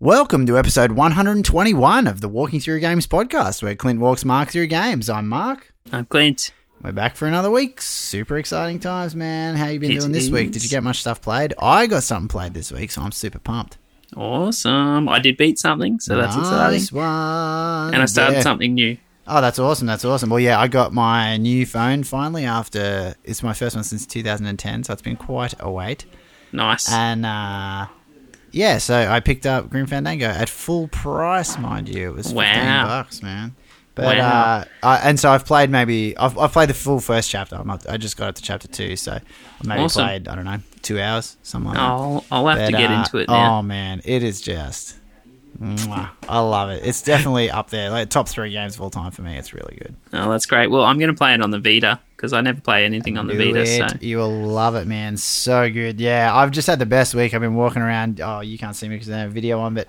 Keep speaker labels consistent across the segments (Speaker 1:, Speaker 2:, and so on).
Speaker 1: Welcome to episode 121 of the Walking Through Games podcast, where Clint walks Mark through games. I'm Mark.
Speaker 2: I'm Uh, Clint.
Speaker 1: We're back for another week. Super exciting times, man. How you been
Speaker 2: It
Speaker 1: doing this week?
Speaker 2: is.
Speaker 1: Did you get much stuff played? I got something played this week, so I'm super pumped.
Speaker 2: Awesome. I did beat something, so that's
Speaker 1: nice
Speaker 2: exciting.
Speaker 1: one.
Speaker 2: And I started
Speaker 1: Yeah.
Speaker 2: something new.
Speaker 1: Oh, that's awesome. That's awesome. Well, yeah, I got my new phone finally after it's my first one since 2010, so it's been quite a wait.
Speaker 2: Nice.
Speaker 1: And uh, yeah, so I picked up Grim Fandango at full price, mind you. It was fifteen
Speaker 2: Wow.
Speaker 1: bucks, man. But
Speaker 2: Wow.
Speaker 1: uh, I, and so I've played maybe I've, I've played the full first chapter. I'm up, I just got up to chapter two, so I maybe
Speaker 2: Awesome. Oh,
Speaker 1: played I don't know two hours, something like that.
Speaker 2: I'll, I'll have to
Speaker 1: But,
Speaker 2: get
Speaker 1: uh,
Speaker 2: into it now.
Speaker 1: Oh man, it is just. mwah. I love it. It's definitely up there, like top three games of all time for me. It's really good.
Speaker 2: Oh, that's great. Well, I'm going to play it on the Vita because I never play anything on the
Speaker 1: Do
Speaker 2: Vita.
Speaker 1: it.
Speaker 2: So
Speaker 1: You will love it, man. So good. Yeah, I've just had the best week. I've been walking around. Oh, you can't see me because I don't have video on, but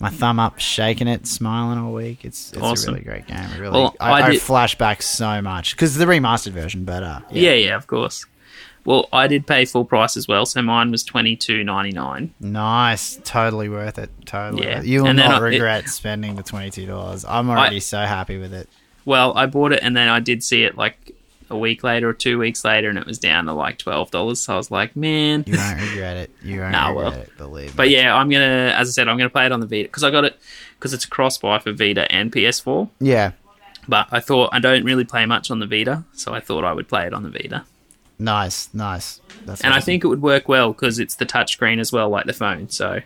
Speaker 1: my thumb up, shaking it, smiling all week. It's, it's a
Speaker 2: Awesome.
Speaker 1: really great game. It really,
Speaker 2: Well,
Speaker 1: I, I,
Speaker 2: I did-
Speaker 1: flash back so much because the remastered version. But uh,
Speaker 2: yeah. yeah, of course. Well, I did pay full price as well, so mine was twenty two ninety nine.
Speaker 1: nice, totally worth it. Totally,
Speaker 2: Yeah.
Speaker 1: worth it. you will
Speaker 2: And then
Speaker 1: not
Speaker 2: I- it-
Speaker 1: regret spending the twenty two dollars. I'm already so happy with it.
Speaker 2: Well, I bought it and then I did see it like a week later or two weeks later, and it was down to like twelve dollars. So I was like, man,
Speaker 1: You won't regret it. You won't
Speaker 2: Nah,
Speaker 1: regret
Speaker 2: well.
Speaker 1: it. Believe me.
Speaker 2: But yeah, I'm gonna, as I said, I'm gonna play it on the Vita because I got it because it's a cross buy for Vita and PS4.
Speaker 1: yeah.
Speaker 2: But I thought I don't really play much on the Vita, so I thought I would play it on the Vita.
Speaker 1: Nice, nice. That's
Speaker 2: And I
Speaker 1: awesome.
Speaker 2: think it would work well because it's the touchscreen as well, like the phone. So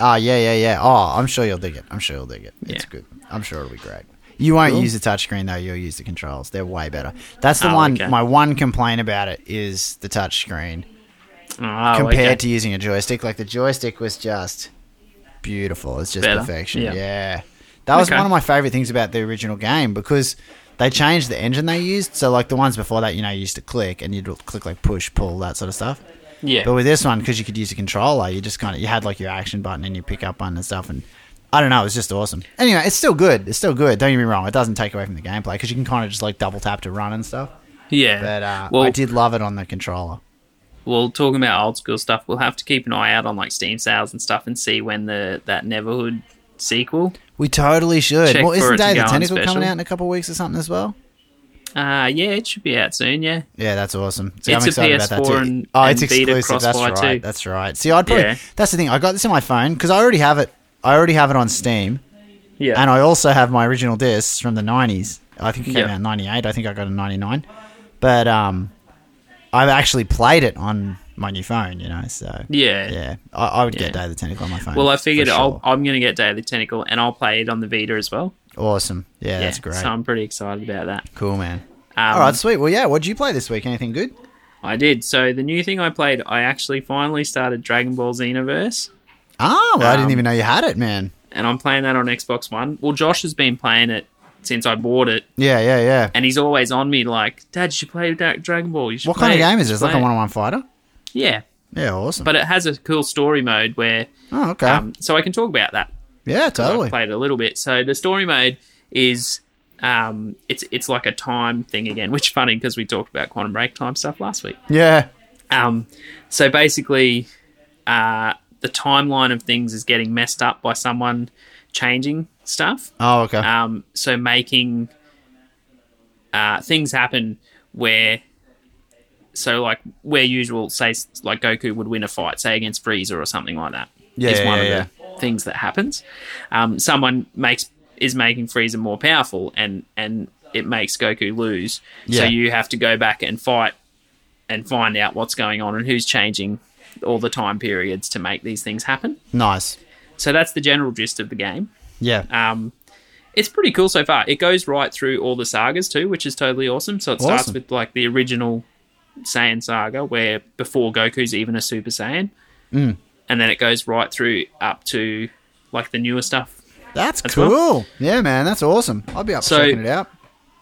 Speaker 1: Ah, yeah, yeah, yeah. Oh, I'm sure you'll dig it. I'm sure you'll dig it. It's
Speaker 2: Yeah.
Speaker 1: good. I'm sure it'll be great. You won't
Speaker 2: Cool.
Speaker 1: use the touchscreen though. You'll use the controls. They're way better. That's the one.
Speaker 2: Oh, okay.
Speaker 1: My one complaint about it is the touchscreen
Speaker 2: oh,
Speaker 1: compared
Speaker 2: okay.
Speaker 1: to using a joystick. Like the joystick was just beautiful. It's just
Speaker 2: Better.
Speaker 1: perfection. Yeah.
Speaker 2: Yeah.
Speaker 1: That was
Speaker 2: Okay.
Speaker 1: one of my favorite things about the original game because they changed the engine they used. So like the ones before that, you know, you used to click and you'd click like push, pull, that sort of stuff.
Speaker 2: yeah,
Speaker 1: But with this one, because you could use a controller, you just kind of you had like your action button and your pickup button and stuff, and I don't know, it was just awesome. Anyway, it's still good. It's still good. Don't get me wrong. It doesn't take away from the gameplay because you can kind of just like double tap to run and stuff.
Speaker 2: yeah.
Speaker 1: But uh,
Speaker 2: well,
Speaker 1: I did love it on the controller.
Speaker 2: well, talking about old school stuff, we'll have to keep an eye out on like Steam sales and stuff and see when the that Neverhood sequel.
Speaker 1: We totally should.
Speaker 2: Check
Speaker 1: well,
Speaker 2: for
Speaker 1: isn't
Speaker 2: it to
Speaker 1: Day of the
Speaker 2: go on
Speaker 1: Tentacle
Speaker 2: special.
Speaker 1: coming out in a couple of weeks or something as well?
Speaker 2: Uh yeah, it should be out soon. Yeah,
Speaker 1: Yeah, that's awesome. So
Speaker 2: It's
Speaker 1: I'm
Speaker 2: a
Speaker 1: excited about that
Speaker 2: PS4
Speaker 1: too.
Speaker 2: and-
Speaker 1: oh, it's
Speaker 2: and Vita
Speaker 1: exclusive. That's
Speaker 2: crossfire
Speaker 1: right.
Speaker 2: too.
Speaker 1: That's right. See, I'd probably
Speaker 2: Yeah.
Speaker 1: that's the thing. I got this in my phone because I already have it. I already have it on Steam.
Speaker 2: yeah.
Speaker 1: And I also have my original discs from the 90s. I think it came
Speaker 2: Yeah.
Speaker 1: out in 98. I think I got a 99. But um, I've actually played it on my new phone, you know, so.
Speaker 2: yeah,
Speaker 1: Yeah. I, I would
Speaker 2: Yeah.
Speaker 1: get Day of the Tentacle on my phone.
Speaker 2: Well, I
Speaker 1: for
Speaker 2: figured
Speaker 1: sure.
Speaker 2: I'll, I'm going to get Day of the Tentacle and I'll play it on the Vita as well.
Speaker 1: Awesome. Yeah, that's great.
Speaker 2: So I'm pretty excited about that.
Speaker 1: cool, man.
Speaker 2: Um,
Speaker 1: All right, sweet. Well, yeah, what did you play this week? Anything good?
Speaker 2: I did. So the new thing I played, I actually finally started Dragon Ball Xenoverse,
Speaker 1: Oh, well, I didn't
Speaker 2: Um,
Speaker 1: even know you had it, man.
Speaker 2: and I'm playing that on Xbox One. Well, Josh has been playing it since I bought it,
Speaker 1: Yeah, yeah, yeah.
Speaker 2: and he's always on me like, "Dad, you should play Da- Dragon Ball. You should
Speaker 1: What kind of
Speaker 2: play it.
Speaker 1: game is
Speaker 2: You
Speaker 1: this?
Speaker 2: should
Speaker 1: Like a
Speaker 2: play it."
Speaker 1: one on one fighter?
Speaker 2: Yeah,
Speaker 1: Yeah, awesome.
Speaker 2: but it has a cool story mode where,
Speaker 1: oh, okay.
Speaker 2: um, so I can talk about that.
Speaker 1: yeah, totally.
Speaker 2: I've played a little bit. So the story mode is um, it's it's like a time thing again, which is funny because we talked about quantum break time stuff last week.
Speaker 1: Yeah.
Speaker 2: Um, so basically, uh, the timeline of things is getting messed up by someone changing stuff.
Speaker 1: Oh, okay.
Speaker 2: Um, so making uh, things happen where. So like where usual, say s- like Goku would win a fight, say against Frieza or something like that.
Speaker 1: Yeah,
Speaker 2: is
Speaker 1: yeah,
Speaker 2: one of
Speaker 1: yeah,
Speaker 2: the things that happens. Um, someone makes is making Frieza more powerful, and and it makes Goku lose.
Speaker 1: Yeah.
Speaker 2: So you have to go back and fight and find out what's going on and who's changing all the time periods to make these things happen.
Speaker 1: nice.
Speaker 2: So that's the general gist of the game.
Speaker 1: Yeah.
Speaker 2: Um, it's pretty cool so far. It goes right through all the sagas too, which is totally awesome. So it starts
Speaker 1: Awesome.
Speaker 2: with like the original Saiyan saga, where before Goku's even a Super Saiyan,
Speaker 1: Mm.
Speaker 2: and then it goes right through up to like the newer stuff.
Speaker 1: That's
Speaker 2: as
Speaker 1: cool.
Speaker 2: well.
Speaker 1: Yeah, man, that's awesome. I'll be up for
Speaker 2: So-
Speaker 1: checking it out.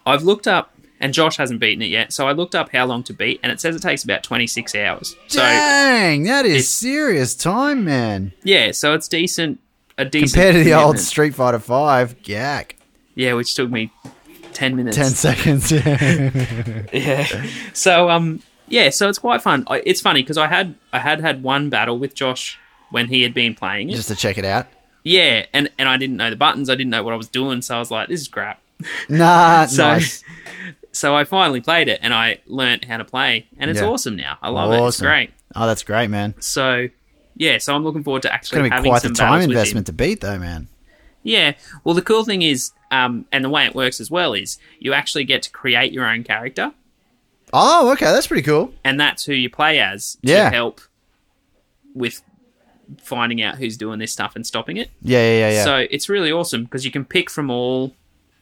Speaker 2: I've looked up, and Josh hasn't beaten it yet, so I looked up how long to beat, and it says it takes about twenty six hours. So
Speaker 1: Dang, that is
Speaker 2: it's-
Speaker 1: serious time, man.
Speaker 2: yeah, so it's decent. A decent
Speaker 1: Compared to the old
Speaker 2: commitment.
Speaker 1: Street Fighter Five, gack,
Speaker 2: yeah, which took me ten minutes.
Speaker 1: ten seconds. yeah,
Speaker 2: So um yeah, so it's quite fun. I, it's funny because I had I had had one battle with Josh when he had been playing it.
Speaker 1: just to check it out.
Speaker 2: yeah, and and I didn't know the buttons. I didn't know what I was doing, so I was like, this is crap.
Speaker 1: Nah,
Speaker 2: So-
Speaker 1: nice.
Speaker 2: So I finally played it, and I learnt how to play, and it's
Speaker 1: Yeah.
Speaker 2: awesome now. I love it. It's
Speaker 1: Awesome.
Speaker 2: great.
Speaker 1: Oh, that's great, man. It's
Speaker 2: So yeah, so I'm looking forward to actually
Speaker 1: going to be
Speaker 2: having
Speaker 1: quite the
Speaker 2: some
Speaker 1: time
Speaker 2: battles with him.
Speaker 1: investment to beat, though, man.
Speaker 2: Yeah. Well, the cool thing is, um, and the way it works as well is you actually get to create your own character,
Speaker 1: Oh, okay, that's pretty cool.
Speaker 2: and that's who you play as to
Speaker 1: Yeah.
Speaker 2: help with finding out who's doing this stuff and stopping it.
Speaker 1: Yeah, yeah, yeah, yeah.
Speaker 2: So it's really awesome because you can pick from all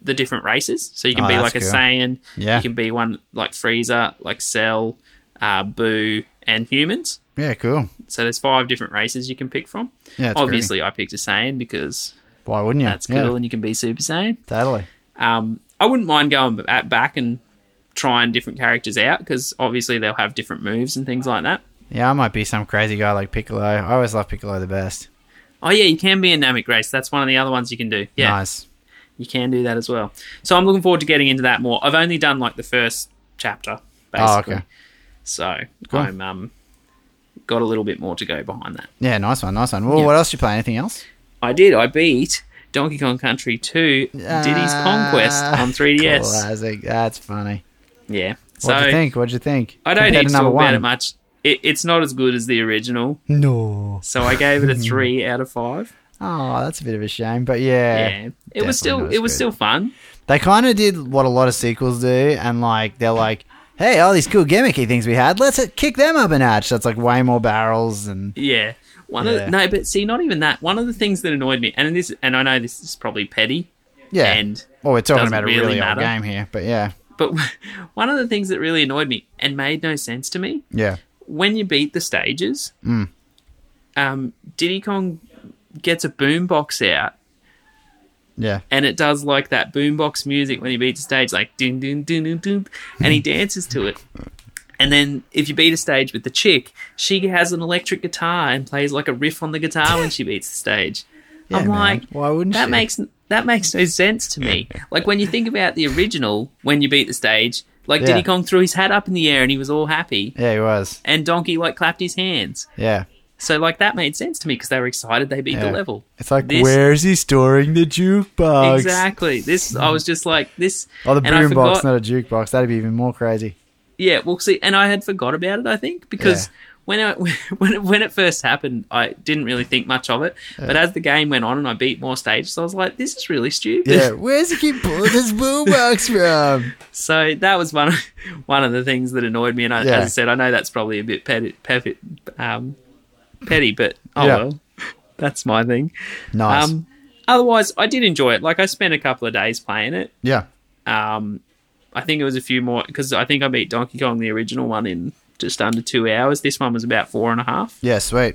Speaker 2: the different races. So you can
Speaker 1: Oh,
Speaker 2: be
Speaker 1: that's
Speaker 2: like a
Speaker 1: cool.
Speaker 2: Saiyan,
Speaker 1: Yeah.
Speaker 2: you can be one like Frieza, like Cell, uh, Boo, and humans.
Speaker 1: yeah, cool.
Speaker 2: So there's five different races you can pick from.
Speaker 1: Yeah, it's
Speaker 2: Obviously, I picked a Saiyan because
Speaker 1: great. Why wouldn't you?
Speaker 2: that's cool
Speaker 1: yeah,
Speaker 2: and you can be Super Saiyan.
Speaker 1: Totally.
Speaker 2: Um, I wouldn't mind going ba- back and trying different characters out because obviously they'll have different moves and things like that.
Speaker 1: Yeah, I might be some crazy guy like Piccolo. I always love Piccolo the best.
Speaker 2: Oh yeah, you can be a Namek race. That's one of the other ones you can do. Yeah,
Speaker 1: Nice.
Speaker 2: you can do that as well. So I'm looking forward to getting into that more. I've only done like the first chapter,
Speaker 1: Oh,
Speaker 2: basically.
Speaker 1: okay.
Speaker 2: So
Speaker 1: Cool.
Speaker 2: I'm um, got a little bit more to go behind that.
Speaker 1: Yeah, nice one, nice one. Well,
Speaker 2: Yeah.
Speaker 1: what else you play? Anything else?
Speaker 2: I did. I beat Donkey Kong Country 2 Diddy's
Speaker 1: Ah,
Speaker 2: Conquest on 3DS.
Speaker 1: Classic. That's funny.
Speaker 2: Yeah.
Speaker 1: What'd
Speaker 2: so
Speaker 1: you think? What'd you think?
Speaker 2: I don't
Speaker 1: Compared
Speaker 2: need to talk about it much. It, it's not as good as the original.
Speaker 1: No.
Speaker 2: So I gave it a three out of five.
Speaker 1: Oh, that's a bit of a shame, but yeah,
Speaker 2: Yeah, it was
Speaker 1: definitely
Speaker 2: still
Speaker 1: not
Speaker 2: it
Speaker 1: as
Speaker 2: was
Speaker 1: good.
Speaker 2: still fun.
Speaker 1: they kind of did what a lot of sequels do, and like they're like, hey, all these cool gimmicky things we had, let's uh, kick them up a notch. That's like way more barrels and
Speaker 2: Yeah, one of
Speaker 1: Yeah.
Speaker 2: the, no, but see, not even that. One of the things that annoyed me, and this, and I know this is probably petty,
Speaker 1: yeah.
Speaker 2: and
Speaker 1: well, we're talking
Speaker 2: doesn't
Speaker 1: about a really,
Speaker 2: really
Speaker 1: old
Speaker 2: matter.
Speaker 1: game here, but yeah,
Speaker 2: but one of the things that really annoyed me and made no sense to me
Speaker 1: yeah,
Speaker 2: when you beat the stages,
Speaker 1: Hmm.
Speaker 2: um, Diddy Kong gets a boombox out.
Speaker 1: yeah.
Speaker 2: And it does like that boombox music when you beat the stage, like dun dun dun dun dun, and he dances to it. And then if you beat a stage with the chick, she has an electric guitar and plays like a riff on the guitar when she beats the stage.
Speaker 1: Yeah,
Speaker 2: I'm
Speaker 1: man.
Speaker 2: like,
Speaker 1: Why wouldn't
Speaker 2: that
Speaker 1: she?
Speaker 2: makes that makes no sense to me. like when you think about the original, when you beat the stage, like
Speaker 1: Yeah.
Speaker 2: Diddy Kong threw his hat up in the air and he was all happy,
Speaker 1: Yeah, he was.
Speaker 2: and Donkey like clapped his hands.
Speaker 1: Yeah.
Speaker 2: So like that made sense to me because they were excited they beat
Speaker 1: Yeah.
Speaker 2: the level.
Speaker 1: It's like,
Speaker 2: This-
Speaker 1: where's he storing the jukebox?
Speaker 2: Exactly. This I was just like this.
Speaker 1: Oh, the
Speaker 2: and I
Speaker 1: boombox,
Speaker 2: forgot-
Speaker 1: not a jukebox. That'd be even more crazy.
Speaker 2: Yeah, well, see, and I had forgot about it. I think because
Speaker 1: Yeah.
Speaker 2: when I when it, when it first happened, I didn't really think much of it. But as the game went on and I beat more stages, I was like, this is really stupid.
Speaker 1: Yeah, where's he keep pulling this boombox from?
Speaker 2: So that was one of, one of the things that annoyed me. And I,
Speaker 1: Yeah.
Speaker 2: as I said, I know that's probably a bit petty, petty, um, petty but oh
Speaker 1: Yeah.
Speaker 2: well, that's my thing.
Speaker 1: Nice.
Speaker 2: Um, otherwise, I did enjoy it. Like I spent a couple of days playing it.
Speaker 1: yeah.
Speaker 2: Um, I think it was a few more because I think I beat Donkey Kong the original one in just under two hours. This one was about four and a half.
Speaker 1: Yeah, sweet.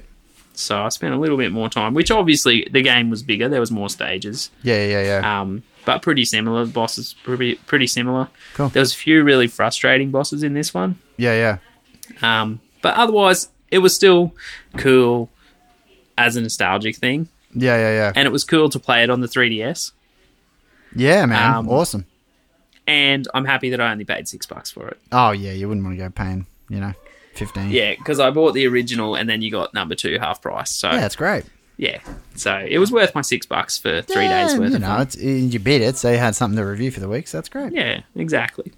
Speaker 2: So I spent a little bit more time, which obviously the game was bigger. There was more stages,
Speaker 1: Yeah, yeah, yeah.
Speaker 2: um, but pretty similar. The boss is pretty pretty similar.
Speaker 1: Cool.
Speaker 2: There was a few really frustrating bosses in this one,
Speaker 1: yeah, yeah.
Speaker 2: um, but otherwise it was still cool as a nostalgic thing,
Speaker 1: Yeah, yeah, yeah.
Speaker 2: and it was cool to play it on the 3DS.
Speaker 1: yeah, man.
Speaker 2: um,
Speaker 1: awesome.
Speaker 2: And I'm happy that I only paid six bucks for it.
Speaker 1: Oh, yeah, you wouldn't want to go paying, you know, 15.
Speaker 2: Yeah, because I bought the original and then you got number two half price. So
Speaker 1: Yeah,
Speaker 2: yeah,
Speaker 1: that's great.
Speaker 2: so it was worth my six bucks for three days
Speaker 1: Yeah,
Speaker 2: worth
Speaker 1: you
Speaker 2: of
Speaker 1: know,
Speaker 2: fun.
Speaker 1: It's, you beat it, so you had something to review for the week, so that's great.
Speaker 2: Yeah, exactly.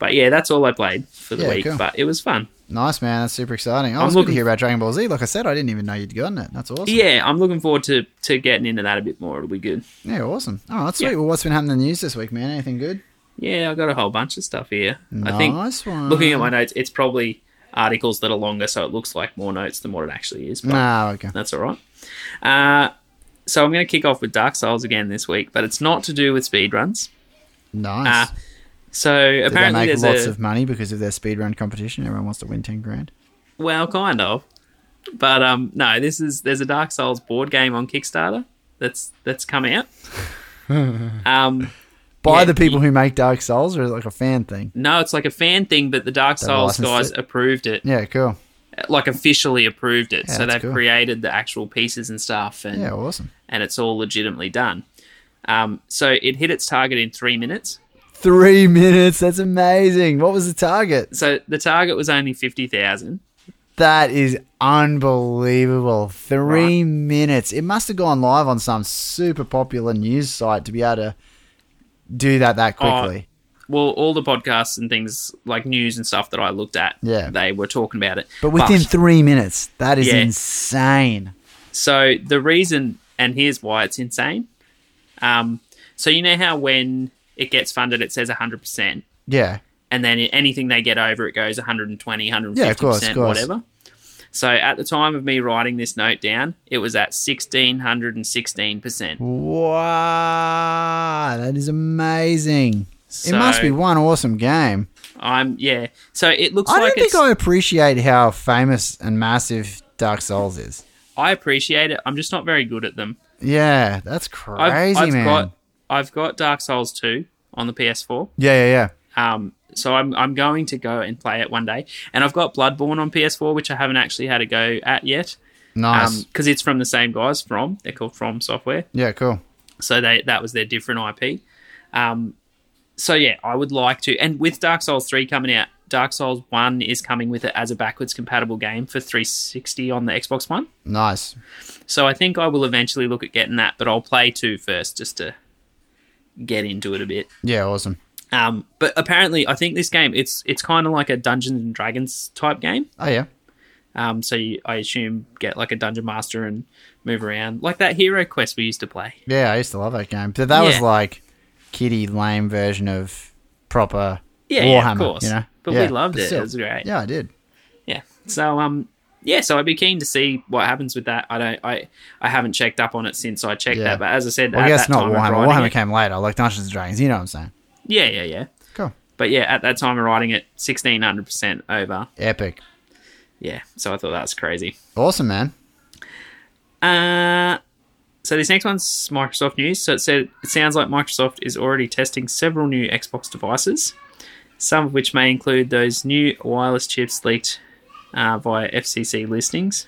Speaker 2: But yeah, that's all I played for the
Speaker 1: Yeah,
Speaker 2: week.
Speaker 1: cool.
Speaker 2: But it was fun.
Speaker 1: Nice, man. That's super exciting. I
Speaker 2: I'm
Speaker 1: was looking to
Speaker 2: looking-
Speaker 1: hear about Dragon Ball Z. Like I said, I didn't even know you'd gotten it. That's awesome.
Speaker 2: Yeah, I'm looking forward to to getting into that a bit more. It'll be good.
Speaker 1: Yeah, awesome. Oh, that's sweet.
Speaker 2: Yeah.
Speaker 1: Well, what's been happening in the news this week, man? Anything good?
Speaker 2: Yeah, I got a whole bunch of stuff here. I think
Speaker 1: Nice one.
Speaker 2: looking at my notes, it's probably articles that are longer, so it looks like more notes than what it actually is. But
Speaker 1: Ah, okay.
Speaker 2: that's all right. Uh, so I'm going to kick off with Dark Souls again this week, but it's not to do with speedruns.
Speaker 1: Nice.
Speaker 2: Uh, So
Speaker 1: Did they
Speaker 2: apparently
Speaker 1: make
Speaker 2: there's
Speaker 1: lots
Speaker 2: a
Speaker 1: of money because of their speedrun competition? Everyone wants to win 10 grand.
Speaker 2: Well, kind of. But um, no, this is there's a Dark Souls board game on Kickstarter that's that's come out. um,
Speaker 1: By
Speaker 2: Yeah,
Speaker 1: the people who make Dark Souls or is it like a fan thing?
Speaker 2: no, it's like a fan thing, but the Dark
Speaker 1: They
Speaker 2: Souls
Speaker 1: licensed
Speaker 2: guys
Speaker 1: it?
Speaker 2: approved it,
Speaker 1: Yeah, cool.
Speaker 2: like officially approved it.
Speaker 1: Yeah,
Speaker 2: so
Speaker 1: that's
Speaker 2: they've
Speaker 1: cool.
Speaker 2: created the actual pieces and stuff, and
Speaker 1: Yeah, awesome.
Speaker 2: and it's all legitimately done. Um, so it hit its target in three minutes.
Speaker 1: Three minutes. That's amazing. What was the target?
Speaker 2: So the target was only fifty thousand.
Speaker 1: That is unbelievable. Three minutes. It must have gone live on some super popular news site to be able to do that that
Speaker 2: Oh,
Speaker 1: quickly.
Speaker 2: well, all the podcasts and things like news and stuff that I looked at,
Speaker 1: Yeah.
Speaker 2: they were talking about it.
Speaker 1: but within three minutes, that is
Speaker 2: Yeah.
Speaker 1: insane.
Speaker 2: So the reason, and here's why it's insane. Um, so you know how when it gets funded, it says 100%,
Speaker 1: Yeah.
Speaker 2: and then anything they get over, it goes 120, 150%,
Speaker 1: Yeah, of course, of course.
Speaker 2: whatever. So at the time of me writing this note down, it was at 1,616%.
Speaker 1: Wow. That is amazing. it
Speaker 2: So-
Speaker 1: must be one awesome game.
Speaker 2: I'm, yeah. So it looks
Speaker 1: I
Speaker 2: like
Speaker 1: don't think
Speaker 2: it's,
Speaker 1: I appreciate how famous and massive Dark Souls is.
Speaker 2: I appreciate it. I'm just not very good at them.
Speaker 1: Yeah, that's crazy,
Speaker 2: I've, I've
Speaker 1: man.
Speaker 2: got I've got Dark Souls 2 on the PS4.
Speaker 1: yeah, yeah, yeah.
Speaker 2: Um, so I'm I'm going to go and play it one day. And I've got Bloodborne on PS4, which I haven't actually had a go at yet,
Speaker 1: Nice.
Speaker 2: because it's from the same guys. From they're called From Software,
Speaker 1: yeah, cool.
Speaker 2: so they that was their different IP. Um, so yeah, I would like to. And with Dark Souls three coming out, Dark Souls one is coming with it as a backwards compatible game for 360 on the Xbox One.
Speaker 1: Nice.
Speaker 2: So I think I will eventually look at getting that, but I'll play two first just to get into it a bit.
Speaker 1: Yeah, awesome.
Speaker 2: Um, but apparently, I think this game it's it's kind of like a Dungeons and Dragons type game.
Speaker 1: Oh yeah.
Speaker 2: Um, so you, I assume get like a dungeon master and move around like that Hero Quest we used to play.
Speaker 1: Yeah, I used to love that game. But that was
Speaker 2: Yeah.
Speaker 1: like kiddie lame version of proper
Speaker 2: Yeah,
Speaker 1: Warhammer.
Speaker 2: yeah, of course.
Speaker 1: You know?
Speaker 2: But
Speaker 1: Yeah,
Speaker 2: we loved it.
Speaker 1: still.
Speaker 2: It was great.
Speaker 1: Yeah, I did.
Speaker 2: Yeah. So um, yeah. So I'd be keen to see what happens with that. I don't. I I haven't checked up on it since I checked
Speaker 1: Yeah.
Speaker 2: that. But as I said,
Speaker 1: Well,
Speaker 2: at
Speaker 1: I guess
Speaker 2: that
Speaker 1: not
Speaker 2: time of
Speaker 1: Warhammer.
Speaker 2: writing
Speaker 1: Warhammer
Speaker 2: it-
Speaker 1: came later, like Dungeons and Dragons. You know what I'm saying?
Speaker 2: Yeah, yeah, yeah.
Speaker 1: Cool.
Speaker 2: But yeah, at that time of writing it, sixteen hundred percent over.
Speaker 1: Epic.
Speaker 2: Yeah. So I thought that's crazy.
Speaker 1: Awesome, man.
Speaker 2: Uh, so this next one's Microsoft news. So it said it sounds like Microsoft is already testing several new Xbox devices, some of which may include those new wireless chips leaked uh, via FCC listings.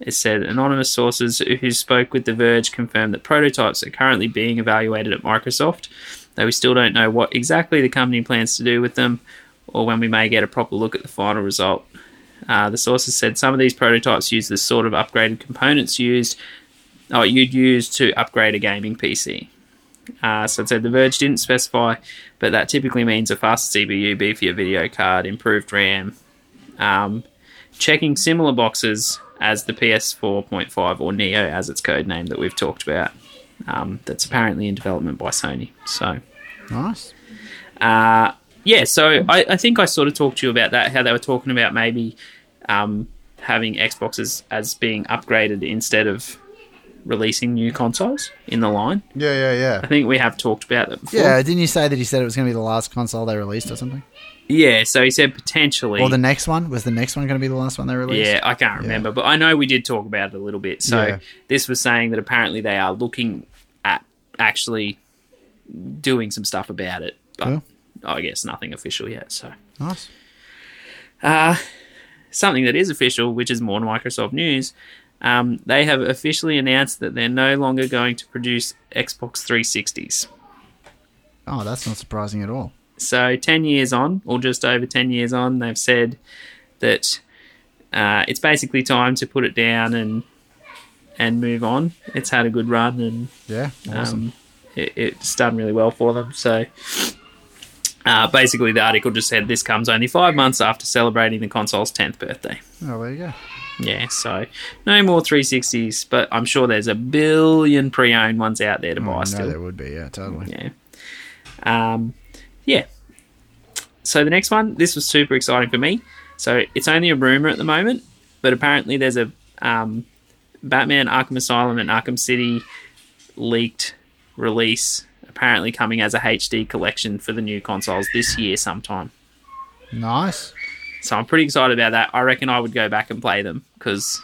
Speaker 2: It said anonymous sources who spoke with The Verge confirmed that prototypes are currently being evaluated at Microsoft, though we still don't know what exactly the company plans to do with them or when we may get a proper look at the final result. Uh, the sources said some of these prototypes use the sort of upgraded components used, or you'd use to upgrade a gaming PC. Uh, so it said The Verge didn't specify, but that typically means a faster CPU, beefier video card, improved RAM, um, checking similar boxes as the PS4.5 or Neo, as its code name that we've talked about. Um, that's apparently in development by Sony. So
Speaker 1: Nice.
Speaker 2: uh, yeah, so I, I think I sort of talked to you about that, how they were talking about maybe um, having Xboxes as being upgraded instead of releasing new consoles in the line.
Speaker 1: Yeah, yeah, yeah.
Speaker 2: I think we have talked about that before.
Speaker 1: Yeah, didn't you say that he said it was going to be the last console they released or something?
Speaker 2: Yeah, so he said potentially.
Speaker 1: Or the next one? Was the next one going to be the last one they released?
Speaker 2: yeah, I can't remember, but I know we did talk about it a little bit. So
Speaker 1: Yeah.
Speaker 2: this was saying that apparently they are looking at actually doing some stuff about it, but
Speaker 1: Cool.
Speaker 2: I guess nothing official yet. So.
Speaker 1: Nice.
Speaker 2: uh, something that is official, which is more Microsoft news. Um, they have officially announced that they're no longer going to produce Xbox 360s.
Speaker 1: Oh, that's not surprising at all.
Speaker 2: So, 10 years on, or just over 10 years on, they've said that uh, it's basically time to put it down and and move on. It's had a good run and
Speaker 1: Yeah, awesome.
Speaker 2: um, it, it's done really well for them. So uh, basically, the article just said this comes only five months after celebrating the console's 10th birthday.
Speaker 1: oh, there you go.
Speaker 2: Yeah, so no more 360s, but I'm sure there's a billion pre-owned ones out there to
Speaker 1: Oh, I
Speaker 2: buy
Speaker 1: know
Speaker 2: still.
Speaker 1: there would be. Yeah, totally.
Speaker 2: Yeah. Um, yeah. So the next one, this was super exciting for me. So it's only a rumor at the moment, but apparently there's a um, Batman Arkham Asylum and Arkham City leaked release apparently coming as a HD collection for the new consoles this year sometime.
Speaker 1: Nice.
Speaker 2: So I'm pretty excited about that. I reckon I would go back and play them because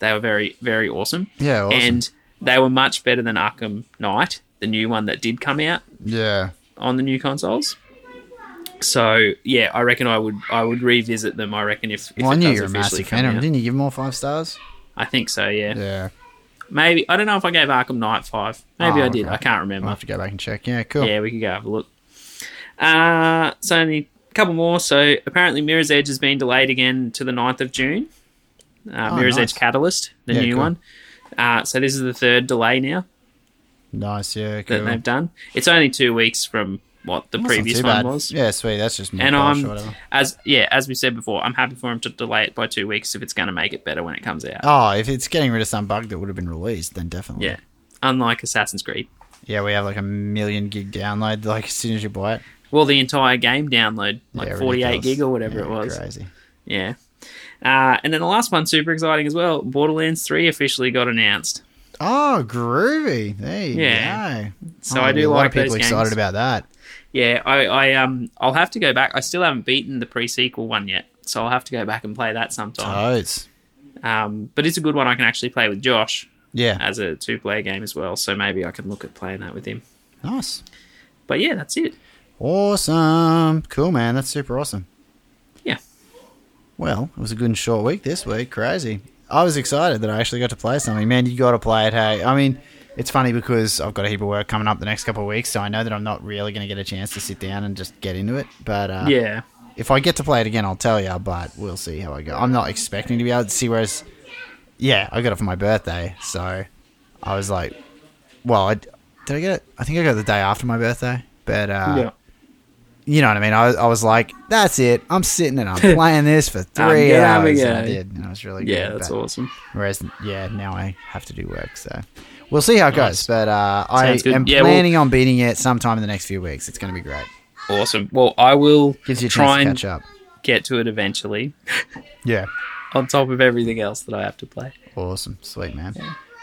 Speaker 2: they were very, very awesome.
Speaker 1: Yeah, awesome.
Speaker 2: And they were much better than Arkham Knight, the new one that did come out
Speaker 1: yeah.
Speaker 2: on the new consoles. So yeah, I reckon I would I would revisit them. I reckon if, if
Speaker 1: Well, I
Speaker 2: it
Speaker 1: knew
Speaker 2: does
Speaker 1: you were a
Speaker 2: officially
Speaker 1: massive
Speaker 2: come
Speaker 1: fan of them.
Speaker 2: out.
Speaker 1: Didn't you give them all five stars?
Speaker 2: I think so. Yeah.
Speaker 1: Yeah.
Speaker 2: maybe I don't know if I gave Arkham Knight five. Maybe
Speaker 1: Oh,
Speaker 2: I did.
Speaker 1: okay.
Speaker 2: I can't
Speaker 1: I'll
Speaker 2: remember.
Speaker 1: have to go back and check. Yeah, cool.
Speaker 2: Yeah, we could go have a look. Uh, Sony couple more. So apparently, Mirror's Edge has been delayed again to the 9th of June. Uh,
Speaker 1: Oh,
Speaker 2: Mirror's
Speaker 1: nice.
Speaker 2: Edge Catalyst, the
Speaker 1: Yeah,
Speaker 2: new
Speaker 1: cool.
Speaker 2: one. Uh, so this is the third delay now
Speaker 1: Nice, yeah,
Speaker 2: that
Speaker 1: cool.
Speaker 2: they've done. It's only two weeks from what the
Speaker 1: That's not
Speaker 2: previous
Speaker 1: too bad.
Speaker 2: one was.
Speaker 1: Yeah, sweet. That's just more
Speaker 2: And
Speaker 1: polish or
Speaker 2: I'm
Speaker 1: whatever.
Speaker 2: as yeah, as we said before, I'm happy for him to delay it by two weeks if it's going to make it better when it comes out.
Speaker 1: Oh, if it's getting rid of some bug that would have been released, then definitely.
Speaker 2: Yeah, unlike Assassin's Creed,
Speaker 1: Yeah, we have like a million gig download. Like as soon as you buy it,
Speaker 2: well, the entire game download like
Speaker 1: Yeah,
Speaker 2: 48
Speaker 1: ridiculous.
Speaker 2: gig or whatever
Speaker 1: Yeah,
Speaker 2: it was.
Speaker 1: Crazy.
Speaker 2: Yeah, uh, and then the last one, super exciting as well. Borderlands 3 officially got announced.
Speaker 1: Oh, groovy. There you
Speaker 2: Yeah.
Speaker 1: go.
Speaker 2: So
Speaker 1: Oh,
Speaker 2: I
Speaker 1: there'll be a
Speaker 2: do
Speaker 1: lot
Speaker 2: like
Speaker 1: of people
Speaker 2: those games.
Speaker 1: excited about that.
Speaker 2: Yeah, I, I um, I'll have to go back. I still haven't beaten the pre-sequel one yet, so I'll have to go back and play that sometime.
Speaker 1: Totes.
Speaker 2: Um, but it's a good one I can actually play with Josh
Speaker 1: Yeah.
Speaker 2: as a two-player game as well. So maybe I can look at playing that with him.
Speaker 1: Nice.
Speaker 2: But yeah, that's it.
Speaker 1: Awesome. Cool, man. That's super awesome.
Speaker 2: Yeah.
Speaker 1: Well, it was a good and short week this week. Crazy. I was excited that I actually got to play something. Man, you got to play it. Hey, I mean, it's funny because I've got a heap of work coming up the next couple of weeks, so I know that I'm not really going to get a chance to sit down and just get into it. But uh,
Speaker 2: Yeah.
Speaker 1: if I get to play it again, I'll tell you. But we'll see how I go. I'm not expecting to be able to see. Whereas, yeah, I got it for my birthday, so I was like, well, I, did I get it? I think I got it the day after my birthday. But uh,
Speaker 2: yeah.
Speaker 1: you know what I mean? I, I was like, that's it. I'm sitting and I'm playing this for
Speaker 2: I'm
Speaker 1: three
Speaker 2: good, I'm
Speaker 1: hours.
Speaker 2: good.
Speaker 1: And I did. And it was really
Speaker 2: Yeah,
Speaker 1: good.
Speaker 2: that's
Speaker 1: but-
Speaker 2: awesome.
Speaker 1: Whereas, yeah, now I have to do work. So we'll see how it goes. But uh, I
Speaker 2: Sounds good.
Speaker 1: am
Speaker 2: Yeah, well-
Speaker 1: planning on beating it sometime in the next few weeks. It's going to be great.
Speaker 2: Awesome. Well, I will
Speaker 1: Gives you a
Speaker 2: try
Speaker 1: chance
Speaker 2: and
Speaker 1: to catch up.
Speaker 2: get to it eventually,
Speaker 1: Yeah.
Speaker 2: on top of everything else that I have to play.
Speaker 1: Awesome. Sweet, man.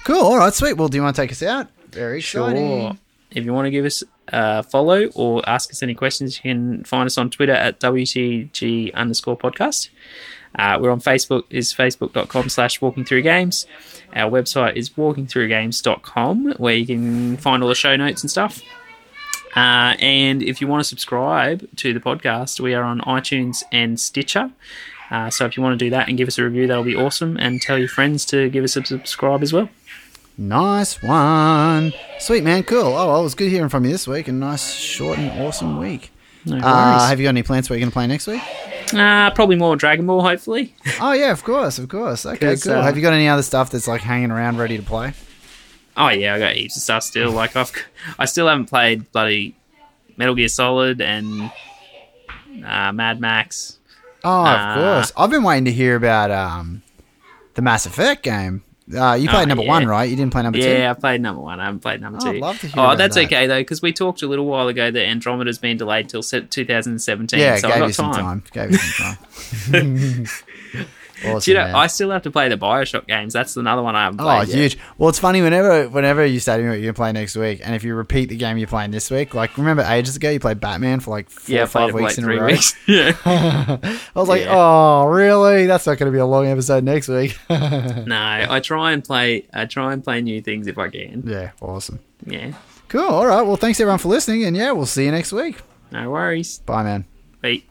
Speaker 1: Cool. All right, sweet. Well, do you want to take us out? Very exciting.
Speaker 2: If you want to give us a follow or ask us any questions, you can find us on Twitter at WTG underscore podcast. Uh, we're on Facebook, is facebook.com slash walking through games. Our website is walkingthroughgames.com, where you can find all the show notes and stuff. Uh, and if you want to subscribe to the podcast, we are on iTunes and Stitcher. Uh, so if you want to do that and give us a review, that'll be awesome. And tell your friends to give us a subscribe as well.
Speaker 1: Nice one. Sweet, man. Cool. Oh, well, it was good hearing from you this week. A nice, short, and awesome week.
Speaker 2: No
Speaker 1: Uh,
Speaker 2: worries.
Speaker 1: have you got any plans for what you're going to play next week?
Speaker 2: Uh, probably more Dragon Ball, hopefully.
Speaker 1: Oh yeah, of course, of course. Okay,
Speaker 2: 'Cause,
Speaker 1: cool.
Speaker 2: uh,
Speaker 1: Have you got any other stuff that's like hanging around ready to play?
Speaker 2: Oh yeah, I got heaps of stuff still. Like I've, I still haven't played bloody Metal Gear Solid and uh, Mad Max.
Speaker 1: Oh,
Speaker 2: uh,
Speaker 1: of course. I've been waiting to hear about um, the Mass Effect game. Uh, you played
Speaker 2: Oh,
Speaker 1: number
Speaker 2: yeah.
Speaker 1: one, right? You didn't play number two.
Speaker 2: Yeah, I played number one. I haven't played number
Speaker 1: Oh,
Speaker 2: two.
Speaker 1: I'd love to hear
Speaker 2: oh,
Speaker 1: about
Speaker 2: that's
Speaker 1: that.
Speaker 2: okay though, because we talked a little while ago that Andromeda's been delayed till se- 2017.
Speaker 1: Yeah,
Speaker 2: so I
Speaker 1: gave
Speaker 2: got
Speaker 1: you some
Speaker 2: time.
Speaker 1: time. Gave you some time. awesome.
Speaker 2: Do you know,
Speaker 1: man.
Speaker 2: I still have to play the Bioshock games. That's another one I haven't
Speaker 1: Oh,
Speaker 2: played. yet.
Speaker 1: huge! Well, it's funny whenever whenever you say to me what you're gonna play next week, and if you repeat the game you're playing this week, like remember ages ago you played Batman for like four
Speaker 2: Yeah, I
Speaker 1: or five
Speaker 2: played it
Speaker 1: weeks
Speaker 2: for like
Speaker 1: in
Speaker 2: three
Speaker 1: a row.
Speaker 2: weeks. yeah.
Speaker 1: I was like,
Speaker 2: Yeah.
Speaker 1: oh, really? That's not gonna be a long episode next week.
Speaker 2: No, I try and play. I try and play new things if I can.
Speaker 1: yeah, awesome.
Speaker 2: Yeah.
Speaker 1: Cool. All right. Well, thanks everyone for listening. And yeah, we'll see you next week.
Speaker 2: No worries.
Speaker 1: Bye, man.
Speaker 2: Wait.